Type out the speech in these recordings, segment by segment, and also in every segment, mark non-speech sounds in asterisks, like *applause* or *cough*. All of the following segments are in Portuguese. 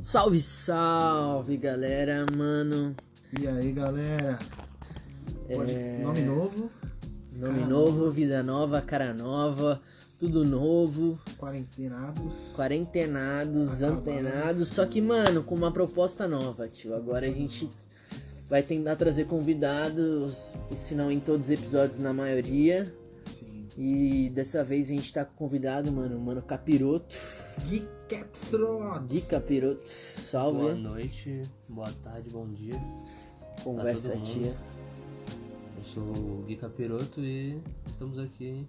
Salve, salve, galera, mano. E aí, galera? Pode- É, Nome novo, Nome cara novo, vida nova, cara nova, tudo novo, quarentenados. quarentenados, Acabados. né? antenados, só que, mano, com uma proposta nova, tio. Agora a gente vai tentar trazer convidados, e se não em todos os episódios, na maioria. Sim. E dessa vez a gente tá com convidado, mano, mano Capiroto. Gui Capsrod. Gui Capiroto, salve. Boa noite, boa tarde, bom dia. Conversa, Tá todo mundo. tia. Eu sou o Gui Capiroto e estamos aqui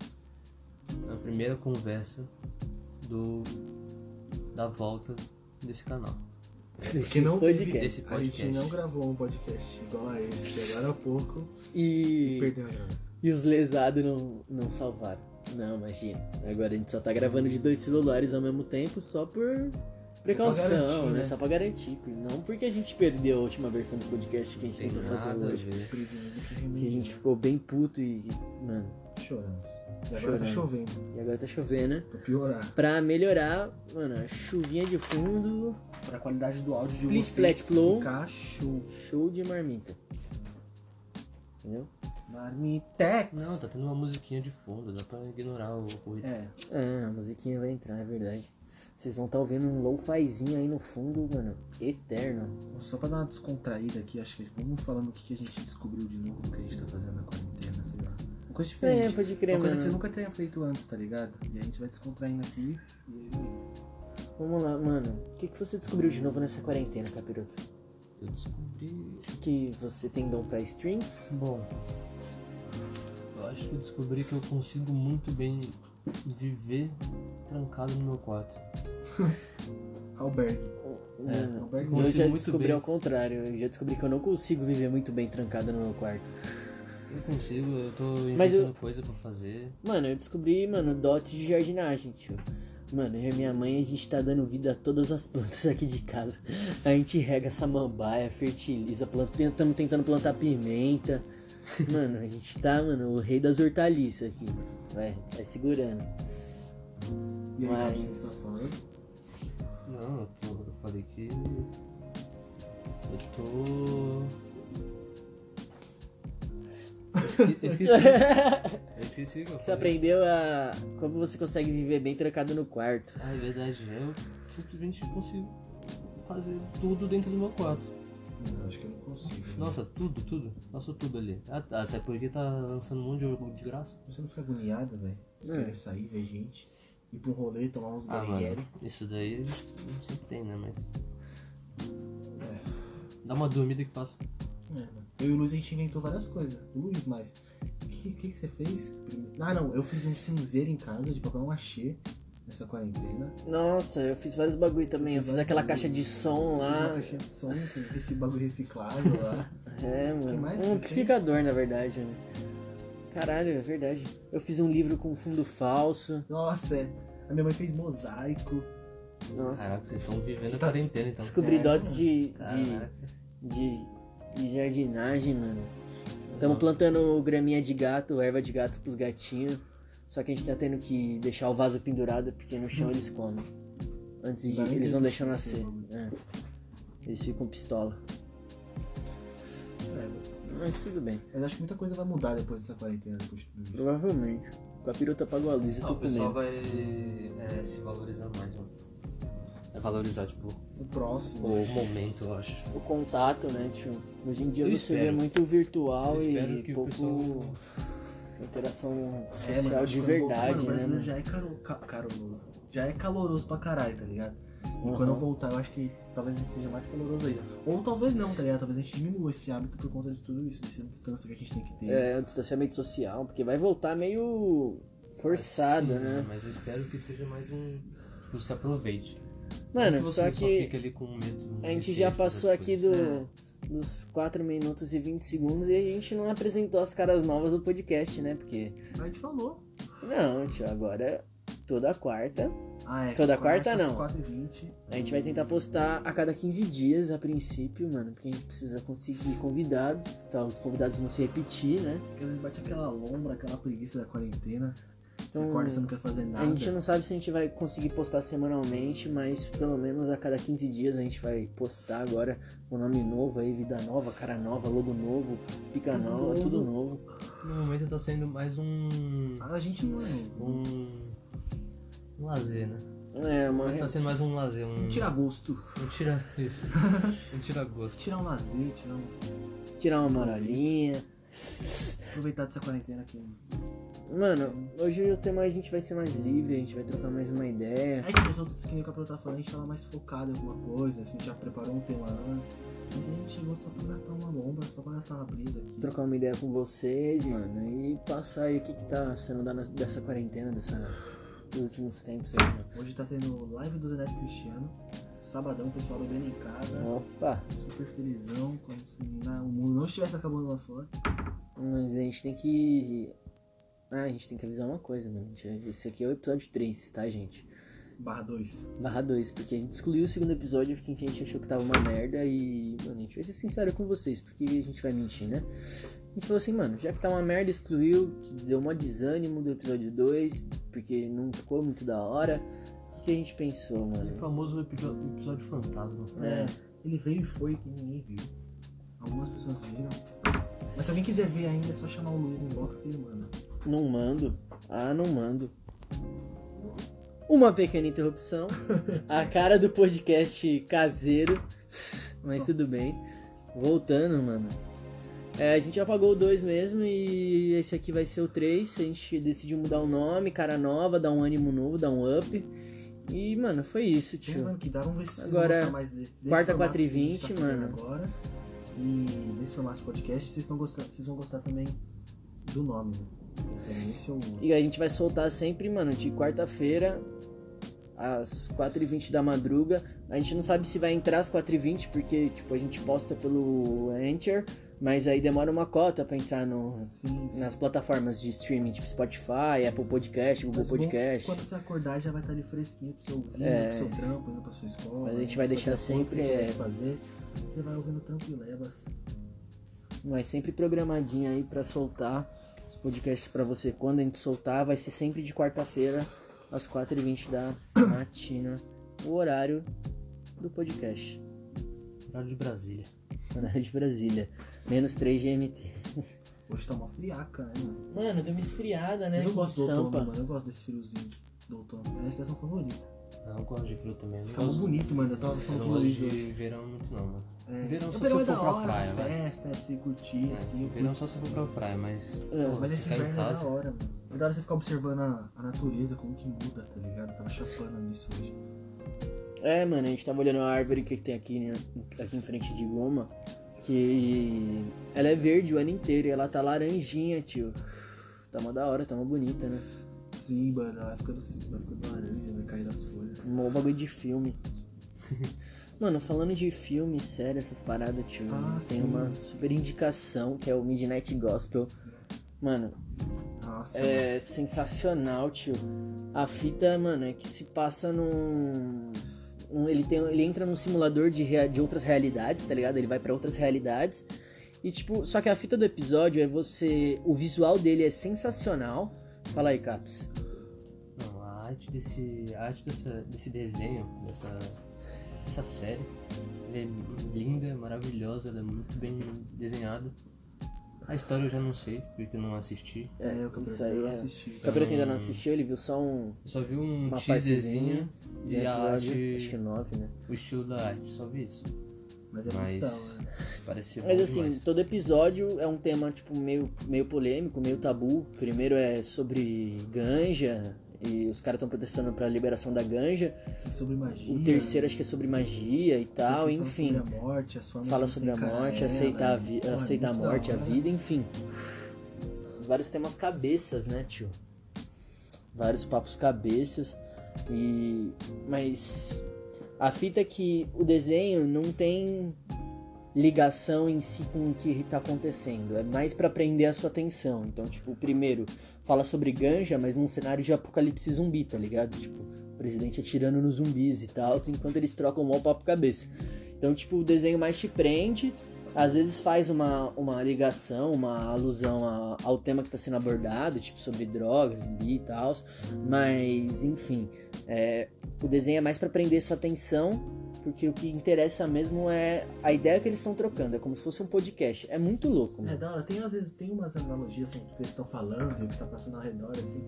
na primeira conversa do da volta desse canal. Esse podcast. Esse A gente podcast. não gravou um podcast igual a esse, agora há pouco. E... Perdeu a graça. E os lesados não, não salvaram. Não, imagina. Agora a gente só tá gravando de dois celulares ao mesmo tempo só por precaução, garantir, né? né? Só pra garantir. Não porque a gente perdeu a última versão do podcast que a gente Tem tentou fazer nada a hoje. ver. Que a gente ficou bem puto e. Mano, Choramos. E agora tá Choramos. chovendo, e agora tá chovendo. pra piorar. Pra melhorar, mano, a chuvinha de fundo, Pra qualidade do áudio Split, de vocês flat, blow. ficar show. show de marmita. Entendeu? Marmitex. Não, tá tendo uma musiquinha de fundo, dá pra ignorar o ruído. É, Ah, a musiquinha vai entrar, é verdade. Vocês vão estar tá ouvindo um low-fizinho aí no fundo, mano, eterno. só pra dar uma descontraída aqui, acho que vamos falando o que que a gente descobriu de novo do que a gente tá fazendo na quarentena, sei lá. Uma coisa diferente. É, pode crer, Uma coisa que você mano. nunca tenha feito antes, tá ligado? E a gente vai descontraindo aqui. E aí, Vamos lá, mano. O que, que você descobriu de novo nessa quarentena, Capiroto? Eu descobri. Que você tem dom pra strings? Bom, eu acho que eu descobri que eu consigo muito bem viver trancado no meu quarto. albergue. Mano, Roberto, É. eu consigo já muito descobri bem. ao contrário. Eu já descobri que eu não consigo viver muito bem trancado no meu quarto. Eu consigo, eu tô Mas eu- inventando coisa pra fazer. Mano, eu descobri, mano, dotes de jardinagem, tio. Mano, eu e minha mãe, a gente tá dando vida a todas as *laughs* plantas aqui de casa. A gente rega samambaia, fertiliza, estamos tentando plantar pimenta. Mano, a gente tá, mano, o rei das hortaliças aqui. Vai, vai segurando. E aí, Mas- Mas... você tá falando? Não, eu, tô, eu falei que. Eu tô. Eu esque- eu esqueci. Eu esqueci o que eu Você falei. aprendeu a. Como você consegue viver bem trancado no quarto. Ah, é verdade. Eu simplesmente consigo fazer tudo dentro do meu quarto. Não, acho que eu não consigo. Nossa, tudo, tudo. Nossa, tudo ali. A- Até porque tá lançando um monte de jogo de graça. Você não fica agoniado, velho? Não. Querer sair, ver gente, ir pra um rolê, tomar uns Ah, guerrilheiros. mano. Isso daí a gente sempre tem, né? Mas. Dá uma dormida que passa. É, mano. Eu e o Luiz, a gente inventou várias coisas. O Luiz, mas... O que, que, que você fez? Ah, não. Eu fiz um cinzeiro em casa de papel machê nessa quarentena. Nossa, eu fiz vários bagulho também. Eu fiz aquela caixa de som lá. Uma caixinha de som, tem esse bagulho *laughs* reciclável lá. É, mano. mais Um que tem? amplificador, na verdade, né? Caralho, é verdade. Eu fiz um livro com fundo falso. Nossa, é. A minha mãe fez mosaico. Nossa. tá Caraca, vocês estão vivendo a quarentena então. Descobri É, dotes mano. de, de, Caraca. de, de jardinagem, mano. Estamos Não. plantando graminha de gato, erva de gato pros gatinhos. Só que a gente tá tendo que deixar o vaso pendurado porque no chão eles comem. Antes de. Vai, Eles não Deus, deixam que nascer. É. Eles ficam pistola. É, Mas tudo bem, Mas acho que muita coisa vai mudar depois dessa quarentena, depois de tudo isso. provavelmente. Com a piruta apagou a luz e Ah, tô o com pessoal medo. vai é, se valorizar mais, mano. É valorizar, tipo, O próximo. o momento, eu acho. O contato, né, tio? Hoje em dia Eu você vê espero. muito virtual Eu espero e que o pouco pessoal. interação É, social acho de que quando verdade, voltar, mano, o né, brasileiro mano? já é caro, ca- caroso. Já é caloroso pra caralho, tá ligado? E Uhum. quando eu voltar, eu acho que talvez a gente seja mais caloroso ainda. Ou talvez não, tá ligado? Talvez a gente diminua esse hábito por conta de tudo isso, dessa distância que a gente tem que ter. É, o distanciamento social, porque vai voltar meio forçado, Sim, né? Mas eu espero que seja mais um. Tipo, se aproveite. Mano, Não é que só você só que fica ali com um medo. a gente já passou aqui do. do, dos 4 minutos e 20 segundos e a gente não apresentou as caras novas do podcast, né? Porque. Mas a gente falou. Não, tio, agora toda quarta. Ah, é. Toda quarta, não. 4 e 20. A gente vai tentar postar a cada 15 dias a princípio, mano, porque a gente precisa conseguir convidados, tá? Os convidados vão se repetir, né? Porque às vezes bate aquela lombra, aquela preguiça da quarentena. Você acorda, você não quer fazer Então, A nada. gente não sabe se a gente vai conseguir postar semanalmente, mas pelo menos a cada 15 dias a gente vai postar agora o nome novo aí, vida nova, cara nova, logo novo, pica Tudo nova, novo. tudo novo. No momento tá sendo mais um. A gente não é. um. um lazer, né? É, uma Tá sendo mais um lazer, um. Tirar gosto. Um tira. Isso. *laughs* Um tira gosto. Tirar um lazer, tirar um... tirar uma marolinha. aproveitar dessa quarentena aqui. né? Mano, hoje o tema é a gente vai ser mais livre, a gente vai trocar mais uma ideia. É que os outros, que nem o Capitão tá falando, a gente tava mais focado em alguma coisa, a gente já preparou um tema antes. Mas a gente chegou só pra gastar uma bomba, só pra gastar uma brisa aqui. Trocar uma ideia com vocês, mano, e passar aí o que, que tá sendo da- dessa quarentena, dessa, dos últimos tempos aí, né? mano. Hoje tá tendo live do Zeneto Cristiano. Sabadão, pessoal bebendo em casa. Opa! Super felizão, como se na- o mundo não estivesse acabando lá fora. Mas a gente tem que. Ah, a gente tem que avisar uma coisa, mano. Gente, Esse aqui é o episódio 3, tá, gente? Barra 2. Barra 2, porque a gente excluiu o segundo episódio porque a gente achou que tava uma merda e. Mano, a gente vai ser sincero com vocês, porque a gente vai mentir, né? A gente falou assim, mano, já que tá uma merda, excluiu, que deu um desânimo do episódio 2, porque não ficou muito da hora. O que, que a gente pensou, Aquele mano? famoso episo- episódio fantasma. É. Ele veio e foi e ninguém viu. Algumas pessoas viram. Mas se alguém quiser ver ainda, é só chamar o Luiz no inbox que ele manda. Não mando. Ah, não mando. Uma pequena interrupção. A cara do podcast caseiro. Mas tudo bem. Voltando, mano. É, a gente já pagou o 2 mesmo e esse aqui vai ser o 3. A gente decidiu mudar o nome, cara nova, dar um ânimo novo, dar um up. E, mano, foi isso, Vamos ver tio. o que dá, vamos ver se vocês Agora, vão gostar mais desse, desse quarta, formato que a 4h20, gente tá fazendo mano. Agora. E desse formato de podcast, vocês, tão gostando, vocês vão gostar também do nome. né? Então, Esse é o... E a gente vai soltar sempre, mano, de quarta-feira às 4h20 da madruga. A gente não sabe se vai entrar às 4h20, porque, tipo, a gente posta pelo Anchor, mas aí demora uma cota pra entrar no, Sim, sim. nas plataformas de streaming, tipo Spotify, Apple Podcast, Google Mas bom, Podcast. Quando você acordar, já vai estar ali fresquinho pro seu ouvido, É. pro seu trampo, indo pra sua escola. Mas a gente vai indo deixar fazer a conta sempre, que você tiver é. que fazer. Você vai ouvindo trampo e levas. Mas sempre programadinho aí pra soltar os podcasts pra você. Quando a gente soltar, vai ser sempre de quarta-feira, às 4h20 da matina, o horário do podcast. Horário de Brasília. Horário de Brasília. Menos 3 GMT. Hoje tá uma friaca, né, mano? Mano, deu uma esfriada, né? Eu aqui em gosto do outono, Sampa. mano. Eu gosto desse friozinho do outono. É a estação favorita. Ah, Eu gosto de frio também. eu Não Ficava gosto, bonito, mano. Eu tava eu falando não com o gosto Luiz hoje. de verão muito não, mano. É. Verão O só se verão é eu for da pra hora, praia, de vai. festa, é de se curtir, assim. eu É, Verão só se for pra praia, mas. É, pô, Mas esse ficar em inverno é da casa. hora, mano. É da hora você ficar observando a, a natureza, como que muda, tá ligado? Eu tava chapando nisso hoje. É, mano, a gente tava olhando a árvore que tem aqui, né, aqui em frente de Goma. Que ela é verde o ano inteiro e ela tá laranjinha, tio. Tá uma da hora, tá uma bonita, né? Sim, mano. Vai ficando, vai ficando laranja, vai cair das folhas. Um bagulho de *laughs* filme. Mano, falando de filme, sério, essas paradas, tio, Ah, tem sim. uma super indicação que é o Midnight Gospel. Mano, Nossa, mano. É sensacional, tio. A fita, mano, é que se passa num. um- ele, tem, ele entra num simulador de, rea- de outras realidades, tá ligado? Ele vai pra outras realidades. E, tipo, só que a fita do episódio é você. O visual dele é sensacional. Fala aí, Caps. Não, a arte desse. A arte dessa, desse desenho, dessa. dessa série. Ela é linda, maravilhosa, ela é muito bem desenhada. A história eu já não sei, porque eu não assisti. É, É, o Capitão isso aí. eu É. assisti. O Capirota ainda não assistiu, ele viu só um. Eu só vi um Uma teaserzinho de e a episódio, acho arte. que nove, né? O estilo da arte, só vi isso. Mas é Mas- brutal, né? Parece ser bom Mas assim, demais. todo episódio é um tema, tipo, meio, meio polêmico, meio tabu. Primeiro é sobre ganja, e os caras estão protestando pra liberação da ganja. E É sobre magia. né? O terceiro acho que é sobre magia e tal, Fala enfim. Então, Sobre a morte, as formas Fala de você sobre a encarar morte, ela, aceitar a, né? vi Pô, é aceitar a muito da morte, a hora. vida, enfim. Vários temas cabeças, né, tio? Vários papos cabeças. E. Mas. A fita é que o desenho não tem ligação em si com o que tá acontecendo. É mais pra prender a sua atenção. Então, tipo, primeiro, fala sobre ganja, mas num cenário de apocalipse zumbi, tá ligado? Tipo, o presidente atirando assim, nos zumbis e tal, enquanto eles trocam o mó papo cabeça. Então, tipo, o desenho mais te prende às vezes faz uma, uma ligação, uma alusão a- ao tema que tá sendo abordado, tipo sobre drogas, zumbi e tal, mas enfim, é, o desenho é mais pra prender sua atenção, porque o que interessa mesmo é a ideia que eles estão trocando, é como se fosse um podcast. É muito louco, É mano. da hora, tem às vezes tem umas analogias assim, do que eles estão falando e o que tá passando ao redor, assim.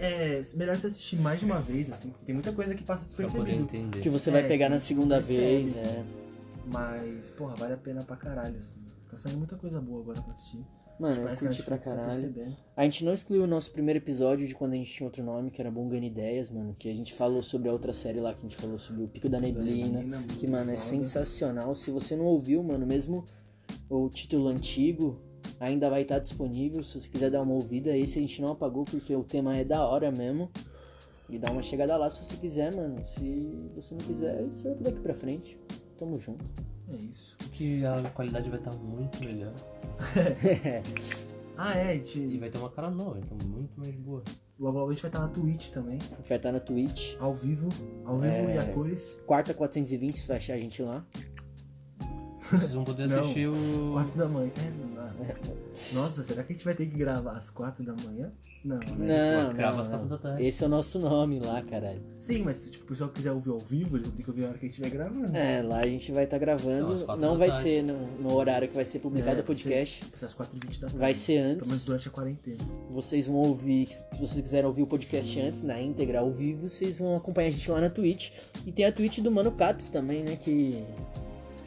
É, é melhor você assistir mais de uma vez, assim, porque tem muita coisa que passa Pra poder despercebido. entender. Que você É, vai pegar na segunda percebe. vez, é. Mas, porra, vale a pena pra caralho, assim. Tá saindo muita coisa boa agora pra assistir. Mano, eu Parece que a É, curti pra Netflix tá caralho. percebendo. A gente não excluiu o nosso primeiro episódio de quando a gente tinha outro nome, que era Bongando Ideias, mano. Que a gente falou sobre a outra série lá, que a gente falou sobre o Pico da Neblina. muito Que, mano, é foda. sensacional. Se você não ouviu, mano, mesmo o título antigo ainda vai estar disponível. Se você quiser dar uma ouvida, esse a gente não apagou, porque o tema é da hora mesmo. E dá uma chegada lá se você quiser, mano. Se você não quiser, você ouve daqui pra frente. Tamo junto. É isso. Que a qualidade vai estar muito melhor. Ah, é, a E gente, vai ter uma cara nova, então muito mais boa. logo logo a gente vai estar na Twitch também, vai estar na Twitch. ao vivo, ao vivo É. e a cores. Quarta 420, você vai achar a gente lá. Vocês vão poder Não. assistir o. Quatro da manhã. É, não dá. *laughs* Nossa, será que a gente vai ter que gravar às quatro da manhã? Não, né? Não, Pode gravar às não, quatro da não. tarde. Esse é o nosso nome lá, caralho. Sim, mas tipo, o pessoal que quiser ouvir ao vivo, eles vão ter que ouvir a hora que a gente vai gravando. É, lá a gente vai estar Então, gravando. às quatro não da vai tarde. ser no, no horário que vai ser publicado É, o podcast. Às quatro e vinte da tarde. Vai ser Pelo menos antes. durante a quarentena. Vocês vão ouvir, se vocês quiserem ouvir o podcast antes, na íntegra, ao vivo, vocês vão acompanhar a gente lá na Twitch. E tem a Twitch do Mano Caps também, né? Que.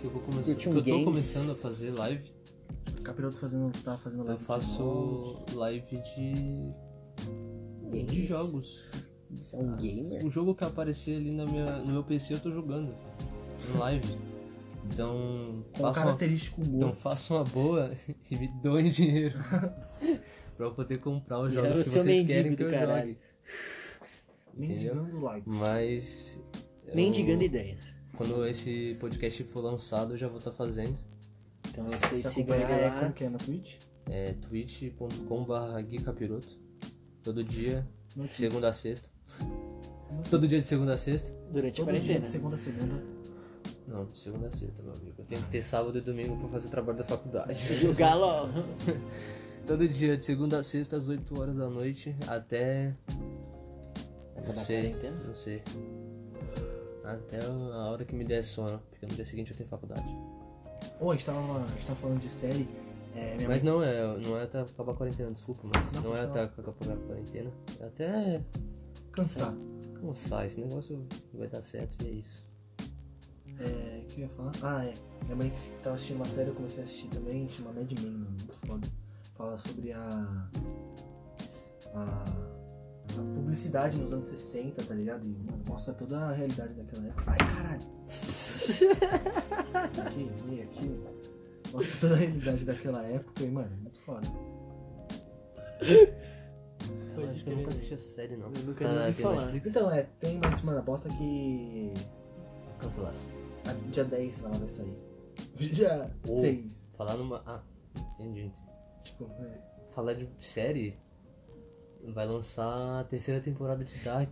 que eu, vou começar- Curte um que eu tô games. começando a fazer live. O Capiroto fazendo, tá fazendo Eu live. de faço molde. live de. de Ah. Games. jogos. Você é um gamer? O jogo que aparecer ali na minha, no meu PC eu tô jogando. Em live. Então. Com um faça uma característico humor. Então faça uma boa *laughs* e me doem dinheiro *laughs* pra eu poder comprar os jogos É, que você é um vocês mendigo querem que do eu caralho. jogue. Mendigando like. Mas. eu- Mendigando ideias. Quando esse podcast for lançado, eu já vou estar fazendo. Então vocês Você sigam acompanha ele é, como lá. que é na Twitch? É twitch.com.br guicapiroto. Todo dia, No de segunda a sexta. Todo dia de segunda a sexta? Durante a Todo dia, quarentena. de segunda a segunda. Não, de segunda a sexta, meu amigo. Eu tenho que ter sábado e domingo pra fazer trabalho da faculdade. *laughs* Jogar logo. Todo dia, de segunda a sexta, às 8 horas da noite, até Acabar a sei. quarentena. Não sei. Até a hora que me der sono, porque no dia seguinte eu tenho faculdade. Ou a gente tava, a gente tava falando de série. É, minha Mas não é, não é até acabar a quarentena, desculpa, mas Não, não é não. até acabar a quarentena. É até mãe cansar. cansar, esse negócio vai dar certo e é isso. É, o que eu ia falar? Ah, é. Minha mãe tava assistindo uma série, eu comecei a assistir também, chama Mad Men, mano, muito foda. Fala sobre a. a, a publicidade nos anos 60, tá ligado? E mano, mostra toda a realidade daquela época. Ai, caralho! aqui, e aqui. Mostra toda a realidade daquela época e, mano, é muito foda. Eu é acho que eu nunca assisti essa série, não. Tá Eu nunca nem ouvi aqui na falar. Netflix? Então, é, tem uma semana bosta que. Cancelaram. a- dia 10 ela vai sair. Dia Ou- 6. Falar numa... Ah, entendi. Tipo, é. Falar de série, vai lançar a terceira temporada de Dark.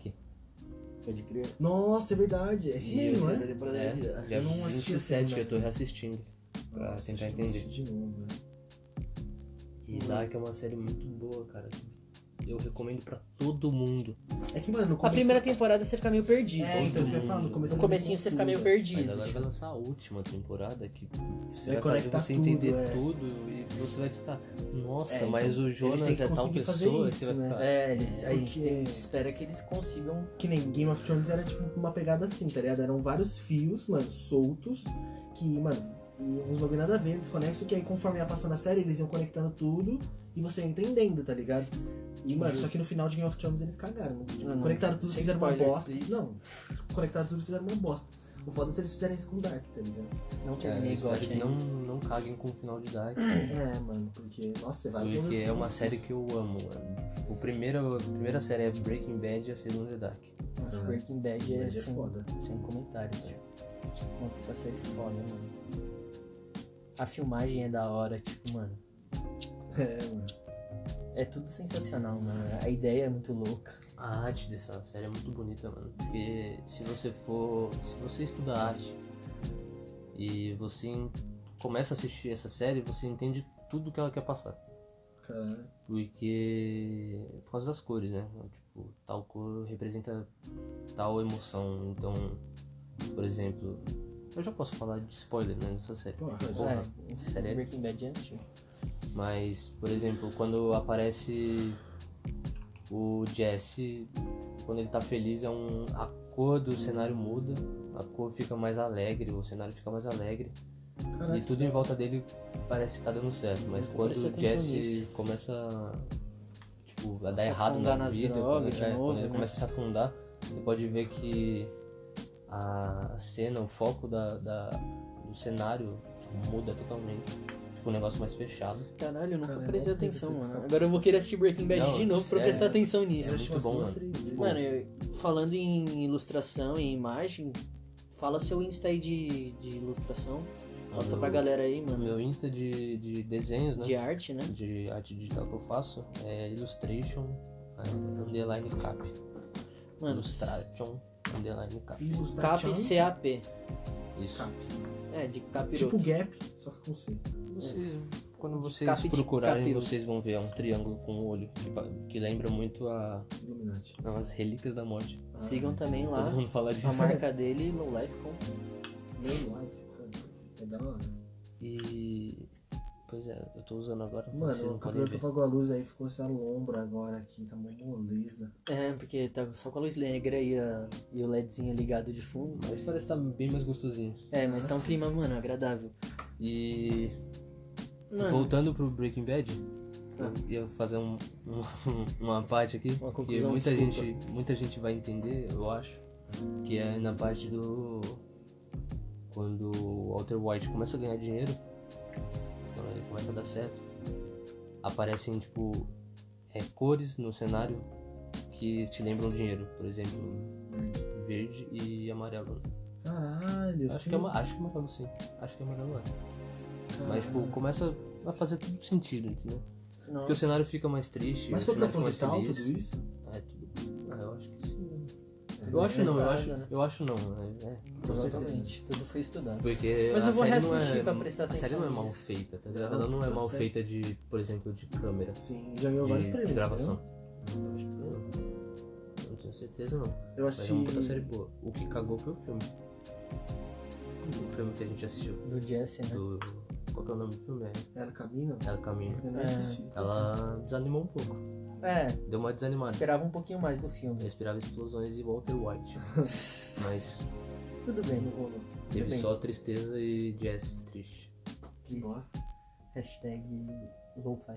Pode crer. Nossa, é verdade. É esse E mesmo, eu- né? É, dia Eu não assisti a 27, segunda. eu tô reassistindo. pra Nossa, Ah, tentar acho que eu vou entender. assistir De novo, né? E Dark é uma série muito boa, cara. Eu recomendo pra todo mundo. É que, mano, no A começo- primeira temporada você fica meio perdido. É, então todo isso que eu ia falar, mundo. no começo. No comecinho você fica meio Mas perdido. agora vai lançar a última temporada que você Vai vai, fazer conectar você tudo, entender é. tudo e você vai ficar, nossa, É, mas o têm Jonas que é tal conseguir fazer pessoa, isso, você vai né? ficar. É, eles- a gente Porque- tem- espera que eles consigam. Que nem Game of Thrones era tipo uma pegada assim, tá ligado? Eram vários fios, mano, soltos, que, mano, e uns bagulho nada a ver, desconexo, que aí conforme ia passando a série, eles iam conectando tudo e você ia entendendo, tá ligado? E, mano, só que no final de Game of Thrones eles cagaram. Tipo, Não, não. conectaram tudo e Uhum. Sem fizeram uma spoilers, bosta. please. Não, conectaram tudo e fizeram uma bosta. O foda é se eles fizerem isso com Dark, tá ligado? Não É, terminei igual espero que não, não caguem com o final de Dark. É, mano, porque, nossa, vai Porque é uma série que eu amo, mano. O primeiro, a primeira série é Breaking Bad e a segunda é Dark. Nossa, Ah, Breaking Bad é, Bad é sem, foda. sem comentários, tipo. Uma puta série foda, mano. A filmagem é da hora, tipo, *laughs* mano. É, mano. É tudo sensacional, mano. A ideia é muito louca. A arte dessa série é muito bonita, mano. Porque se você for. Se você estuda arte e você en- começa a assistir essa série, você entende tudo que ela quer passar. Caralho. Porque. Por causa das cores, né? Tipo, tal cor representa tal emoção. Então, por exemplo. Eu já posso falar de spoiler, né? Nessa série. Porra, Porra, é, sério? Breaking Bad é antigo. Mas, por exemplo, quando aparece o Jesse, quando ele tá feliz, é um, a cor do cenário muda, a cor fica mais alegre, o cenário fica mais alegre. É. Caraca. E tudo em volta dele parece que tá dando certo, mas Eu tô quando prestando o Jesse atenção começa tipo, a dar Se errado afundar na nas vida, drogas quando, de é, novo, quando ele né? começa a se afundar, você pode ver que a cena, o foco da, da- do cenário tipo, muda totalmente. Fica um negócio mais fechado. Caralho, eu nunca Cara, prestei não acredito atenção, que você mano. tá- Agora eu vou querer assistir Breaking Bad Não, de novo pra sério. prestar atenção Eu nisso. muito assisti umas bom, duas, mano. três vezes. Mano, eu- falando em ilustração e imagem, fala seu Insta aí de, de ilustração. Passa Mano, pra galera aí, O mano. meu Insta de, de desenhos, né? De arte, né? De arte digital que eu faço é Illustration é, Underline Cap. Mano, Illustration Underline Cap. Ilustrar Cap tchan. CAP. Isso. Cap. É, de capiroto. Tipo gap, só que com C. Vocês- quando vocês Cap de procurarem, capiroto. vocês vão ver é um triângulo com o olho que, pa- que lembra muito a, Illuminati. não, as Relíquias da Morte. Sigam também lá Todo mundo fala a disso. marca dele no Life com. Meu life, cara. É da hora. E. Pois é, eu tô usando agora. vocês Mano, não o podem cabelo que ver. apagou a luz aí ficou essa lombra agora aqui, tá mó moleza. É, porque tá só com a luz negra e, a- e o LEDzinho ligado de fundo. Mas parece que tá bem mais gostosinho. É, mas Ah, tá um clima, mano, agradável. E. Mano, Voltando pro Breaking Bad, Ah. eu ia fazer um- um- *laughs* uma parte aqui Uma que conclusão, muita desculpa. gente, muita gente vai entender, eu acho, que é na parte do quando o Walter White começa a ganhar dinheiro, quando ele começa a dar certo, aparecem tipo é, cores no cenário que te lembram dinheiro, por exemplo, verde e amarelo. Caralho, Acho sim. que é, ama- acho que é amarelo sim, acho que é amarelo. é. Caralho. Mas tipo começa a fazer tudo sentido, entendeu? Porque o nossa. cenário fica mais triste, Mas o foi cenário fica mais proposital feliz. tudo isso? É, tudo. Ah, eu acho que sim. É, Eu acho não, eu nada, acho, né? eu acho não. É, é, Provavelmente, tudo foi estudado. Porque Mas a eu vou série não reassistir é, pra prestar A série atenção não é mal nisso. feita, tá ligado? Ela não é Tá mal certo. feita de, por exemplo, de câmera, Sim, já ganhou vários de, prêmios. né? de É, gravação. Eu acho que não. Eu não tenho certeza não. entendeu? Eu Mas assisti. é uma puta série boa. O que cagou foi o filme. O filme que a gente assistiu. Do Jesse, né? Do... Qual que é o nome do filme? É Era Camino? Ela Caminha. Eu não É. assisti. Ela desanimou um pouco. É, Deu uma desanimada. esperava um pouquinho mais do Eu filme. esperava explosões e Walter White. Mas *laughs* Tudo Não bem. rolou. teve bem. só tristeza e jazz *laughs* triste. Que bosta. Hashtag lo-fi.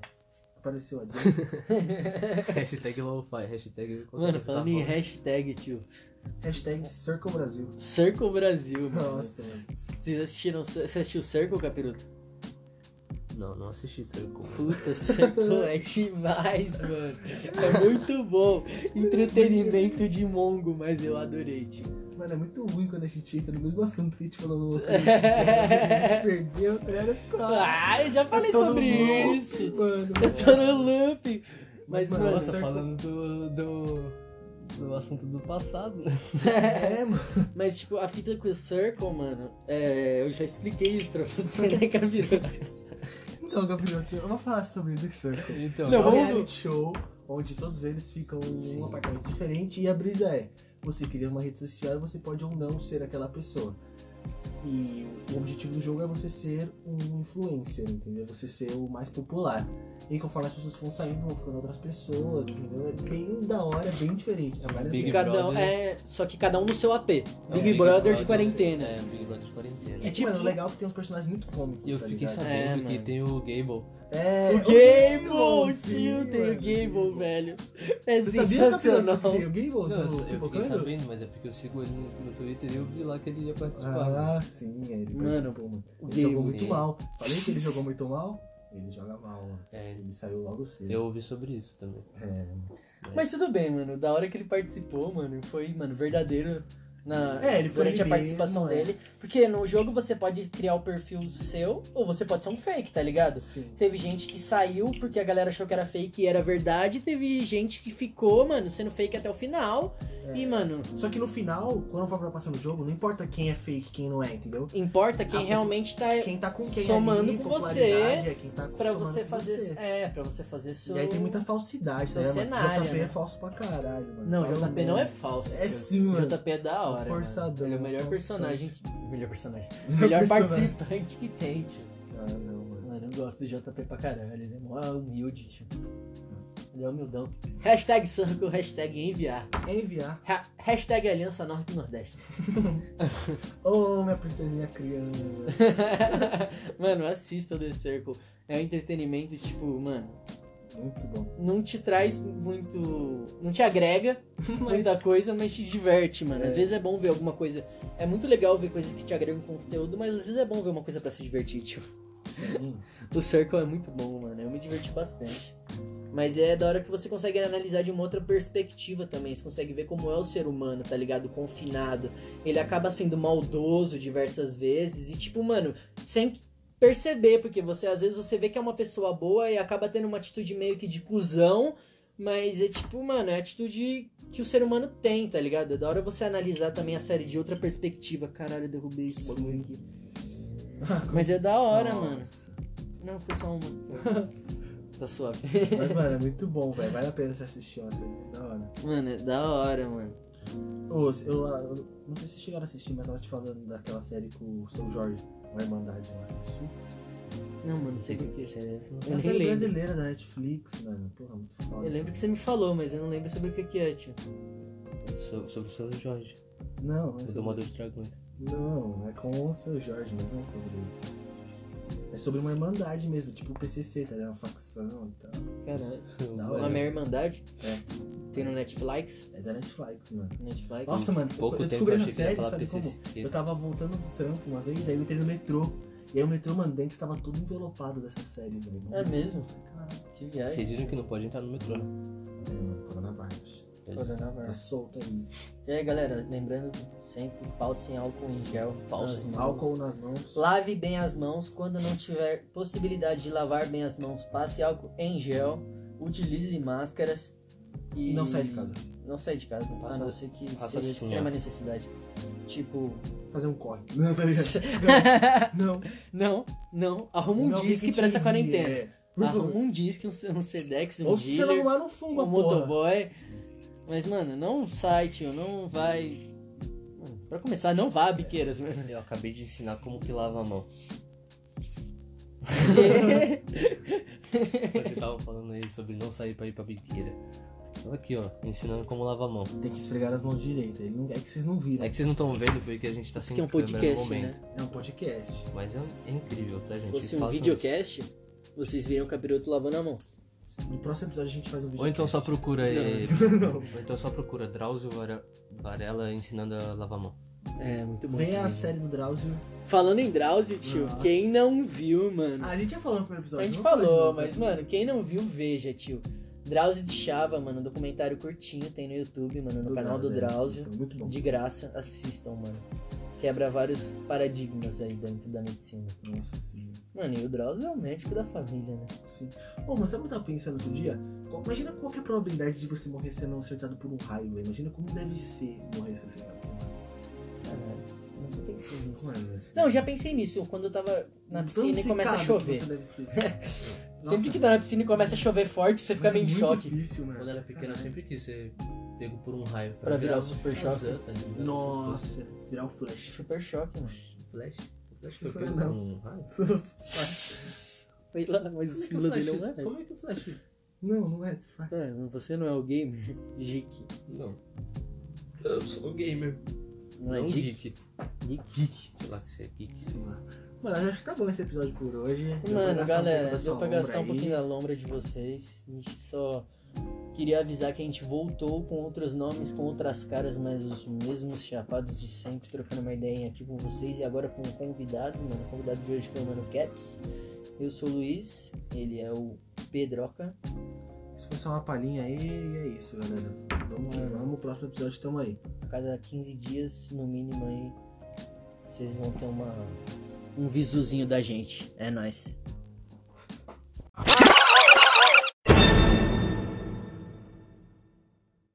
Apareceu a *laughs* Jane. hashtag lo-fi, hashtag. qualquer Mano, coisa falando tá em bom. hashtag, tio. Hashtag Circle Brasil. Circle Brasil, mano. Nossa, mano. Vocês assistiram? Você assistiu Circle, Capiroto? Não, não assisti Circle. Puta, *laughs* Circle é demais, mano. É muito bom. Entretenimento de mongo, mas eu adorei, tipo. tio. Mano, é muito ruim quando a gente entra no mesmo assunto que a gente falou no *laughs* outro. episódio, a gente perdeu, tá ligado? Ficou- Ah, eu já falei É Todo sobre mundo, isso. Mano, Eu tô no tá loop. Mas, Mano, mano, Nossa, Circle- falando do, do. do assunto do passado. é, mano. mas tipo, a fita com o Circle, mano, é, eu já expliquei isso pra você, né, Capiroto? Então, Gabriel, eu vou falar sobre The Circle. Então, Não, É um vamos- reality show onde todos eles ficam em Sim. um apartamento diferente e a brisa é: você cria uma rede social e você pode ou não ser aquela pessoa. E o objetivo do jogo é você ser um influencer, entendeu? Você ser o mais popular. E conforme as pessoas vão saindo, vão ficando outras pessoas, entendeu? É bem da hora, bem diferente. Isso vale a Big pena. Cada um, Brother. é, só que cada um no seu AP. é um Big, Brother, de quarentena. É, Big Brother de quarentena. É tipo, mano, legal que tem uns personagens muito cômicos. E eu tá fiquei É, ligado? sabendo mano. que tem o Gable. É, O Gable, Gable, tio, sim, tem o mano, Gable, velho. É Você sabia que tá sensacional. tem o Gable? Não, eu- tá do eu fiquei Pipocando? sabendo, mas é porque eu sigo ele no no Twitter e eu vi lá que ele ia participar. né? Ah, sim, é, ele Mano, participou, mano. o Ele Gable. jogou muito Sim. mal. Falei que ele jogou muito mal? Ele joga mal, mano. É, Ele saiu logo cedo. eu ouvi sobre isso também. É, Mas tudo bem, mano. Da hora que ele participou, mano, foi, mano, verdadeiro. na- É, ele foi durante a ele participação mesmo, é. dele. Porque no jogo você pode criar o perfil seu ou você pode ser um fake, tá ligado? Sim. Teve gente que saiu porque a galera achou que era fake e era verdade. Teve gente que ficou, mano, sendo fake até o final. É. E, mano, Só que no final, quando for pra passar no jogo, não importa quem é fake e quem não é, entendeu? importa Ah, quem porque realmente tá Quem tá com quem Somando ali, com popularidade, você, é quem tá pra somando você com fazer, você. é, para você fazer seu E aí tem muita falsidade, seu tá ligado? cenário, JP é né? falso pra caralho, mano. Não, Fala JP mesmo. não é falso. É tio. sim, mano. JP é da hora. mano. Forçadão, Ele é o melhor forçadão. personagem. que- Melhor personagem. Melhor é *laughs* Melhor personagem. participante que tem, tio. é Ah, não, mano. Mano, eu gosto do JP pra caralho. Ele é mó humilde, tio. Ele é humildão. Hashtag circle, hashtag enviar. É enviar. Ha- hashtag Aliança Norte e Nordeste. *laughs* Ô, minha princesinha criança. mano, assista o The Circle. É um entretenimento, tipo, mano, Muito bom. não te traz muito. Não te agrega muita coisa, mas te diverte, mano. Às É. vezes é bom ver alguma coisa. É muito legal ver coisas que te agregam conteúdo, mas às vezes é bom ver uma coisa pra se divertir, tipo, tio. Sim. O Circle é muito bom, mano. Eu me diverti bastante. Mas é da hora que você consegue analisar de uma outra perspectiva também. Você consegue ver como é o ser humano, tá ligado? Confinado. Ele acaba sendo maldoso diversas vezes. E, tipo, mano, sem perceber, porque você às vezes você vê que é uma pessoa boa e acaba tendo uma atitude meio que de cuzão. Mas é tipo, mano, é a atitude que o ser humano tem, tá ligado? É da hora você analisar também a série de outra perspectiva. Caralho, eu derrubei esse bagulho aqui. Mas é da hora, Nossa. mano. Não, foi só uma. *laughs* tá suave. Mas, mano, é muito bom, velho. Vale a pena você assistir uma série. Da hora. Mano, é da hora, mano. Ô, eu, eu não sei se chegaram a assistir, mas eu tava te falando daquela série com o São Jorge, uma Irmandade lá. Assistiu? Não, mano, não sei Sei porquê. que você- é Eu Uma nem série lembro. é brasileira da Netflix, mano. Porra, muito foda. é Eu lembro que você me falou, mas eu não lembro sobre o que que é, tio. So- Sobre o seu Jorge, Não, o mas. domador de dragões. Não, é com o seu Jorge, mas não é sobre ele. É sobre uma irmandade mesmo, tipo o PCC, tá ligado? Uma facção e tal. Caralho. *laughs* Da O hora. nome é Irmandade? É, Tem no Netflix? é da Netflix, mano. Netflix? Nossa, mano, pouco eu tempo descobri eu essa achei que ia série, falar sabe como? PCC. Eu tava voltando do trampo uma vez, aí eu entrei no metrô. E aí o metrô, mano, dentro tava todo envelopado dessa série, velho. É mesmo? Caralho. Que viagem. Vocês viram que não pode entrar no metrô, né? É, mano, coronavírus. Tá solto aí. E aí, galera, lembrando sempre, pau sem álcool em gel. Pau Nas- sem Álcool mãos. nas mãos. Lave bem as mãos. Quando não tiver possibilidade de lavar bem as mãos, passe álcool em gel. Utilize máscaras. E E não sai de casa. Não sai de casa, Passa- a não ser que passa seja de assim, extrema ó. necessidade. Tipo. Fazer um corre. Não, tá ligado? Não. *laughs* não, não. Arruma um Não, disque fique pra essa de- quarentena. é, Por Arruma favor. um disque, um, C- um Sedex, um Ou se você não dealer, arrumar, não fuma, um porra. motoboy. Mas, mano, não sai, tio. Não vai. Mano, Pra começar, não vá a biqueiras, *laughs* mano. Eu acabei de ensinar como que lava a mão. Vocês estavam falando aí sobre não sair pra ir pra biqueira. Tô aqui, ó, ensinando como lavar a mão. Tem que esfregar as mãos direita. Ele não... É que vocês não viram. É que vocês não estão vendo porque a gente tá sem que é um câmera no podcast, momento. né? É um podcast. Mas é, é incrível, tá, gente? Se fosse um Façam videocast, vocês viriam o capiroto lavando a mão. No próximo episódio a gente faz um isso. vídeo. Ou então só procura aí. *laughs* Não. Ou então só procura Drauzio Vara- Varela ensinando a lavar a mão. É, muito bom. Vem a série do Drauzio. Falando em Drauzio, tio, Nossa. quem não viu, mano. Ah, a gente já falou no primeiro A episódio. gente não fala de falou, novo, mas, né? mano, quem não viu, veja, tio. Drauzio de Chava, mano, um documentário curtinho, tem no YouTube, mano, no canal do é, Drauzio. isso é Muito bom. De graça, assistam, mano. Quebra vários paradigmas aí dentro da medicina. Nossa, sim. Mano, e o Drauzio é o médico da família, né? sim. Ô, mas sabe o que eu tava pensando outro dia? Qual- Imagina qual que é a probabilidade de você morrer sendo acertado por um raio, velho. Imagina como deve ser morrer sendo acertado por um raio. Caralho, eu nunca pensei nisso. Como é isso? Não, já pensei nisso, quando eu tava na piscina e começa a chover. *laughs* Sempre que tá na piscina e começa a chover forte, você fica meio em choque. Difícil, mano. Quando eu era pequeno, eu sempre quis ser pego por um raio. Pra virar o um super choque. Shazam, tá ligado? Essas *laughs* Nossa, virar o *laughs* flash. Super choque, mano. coisas. Flash? Flash foi Não. pego por um raio? Sei lá, mas o Como símbolo é que dele é o um Flash- raio. Como é que o Flash. Não, não é disfarce. É, você não é o gamer? *laughs* Geek. Não. Eu sou um gamer. Não é um geek? geek. Geek. Sei lá que você é geek. Sei lá. Mano, eu acho que tá bom esse episódio por hoje. Deu pra gastar Mano, um galera, pouco da deu sua pra gastar um lombra aí. pouquinho da lombra de vocês. A gente só queria avisar que a gente voltou com outros nomes, com outras caras, mas os mesmos chapados de sempre, trocando uma ideia aqui com vocês e agora com um convidado, mano. O convidado de hoje foi o Mano Caps. Eu sou o Luiz, ele é o Pedroca. Isso foi só uma palhinha aí e é isso, galera. Vamos, vamos, próximo episódio tamo aí. A cada 15 dias, no mínimo, aí, vocês vão ter uma, um visuzinho da gente. É nóis.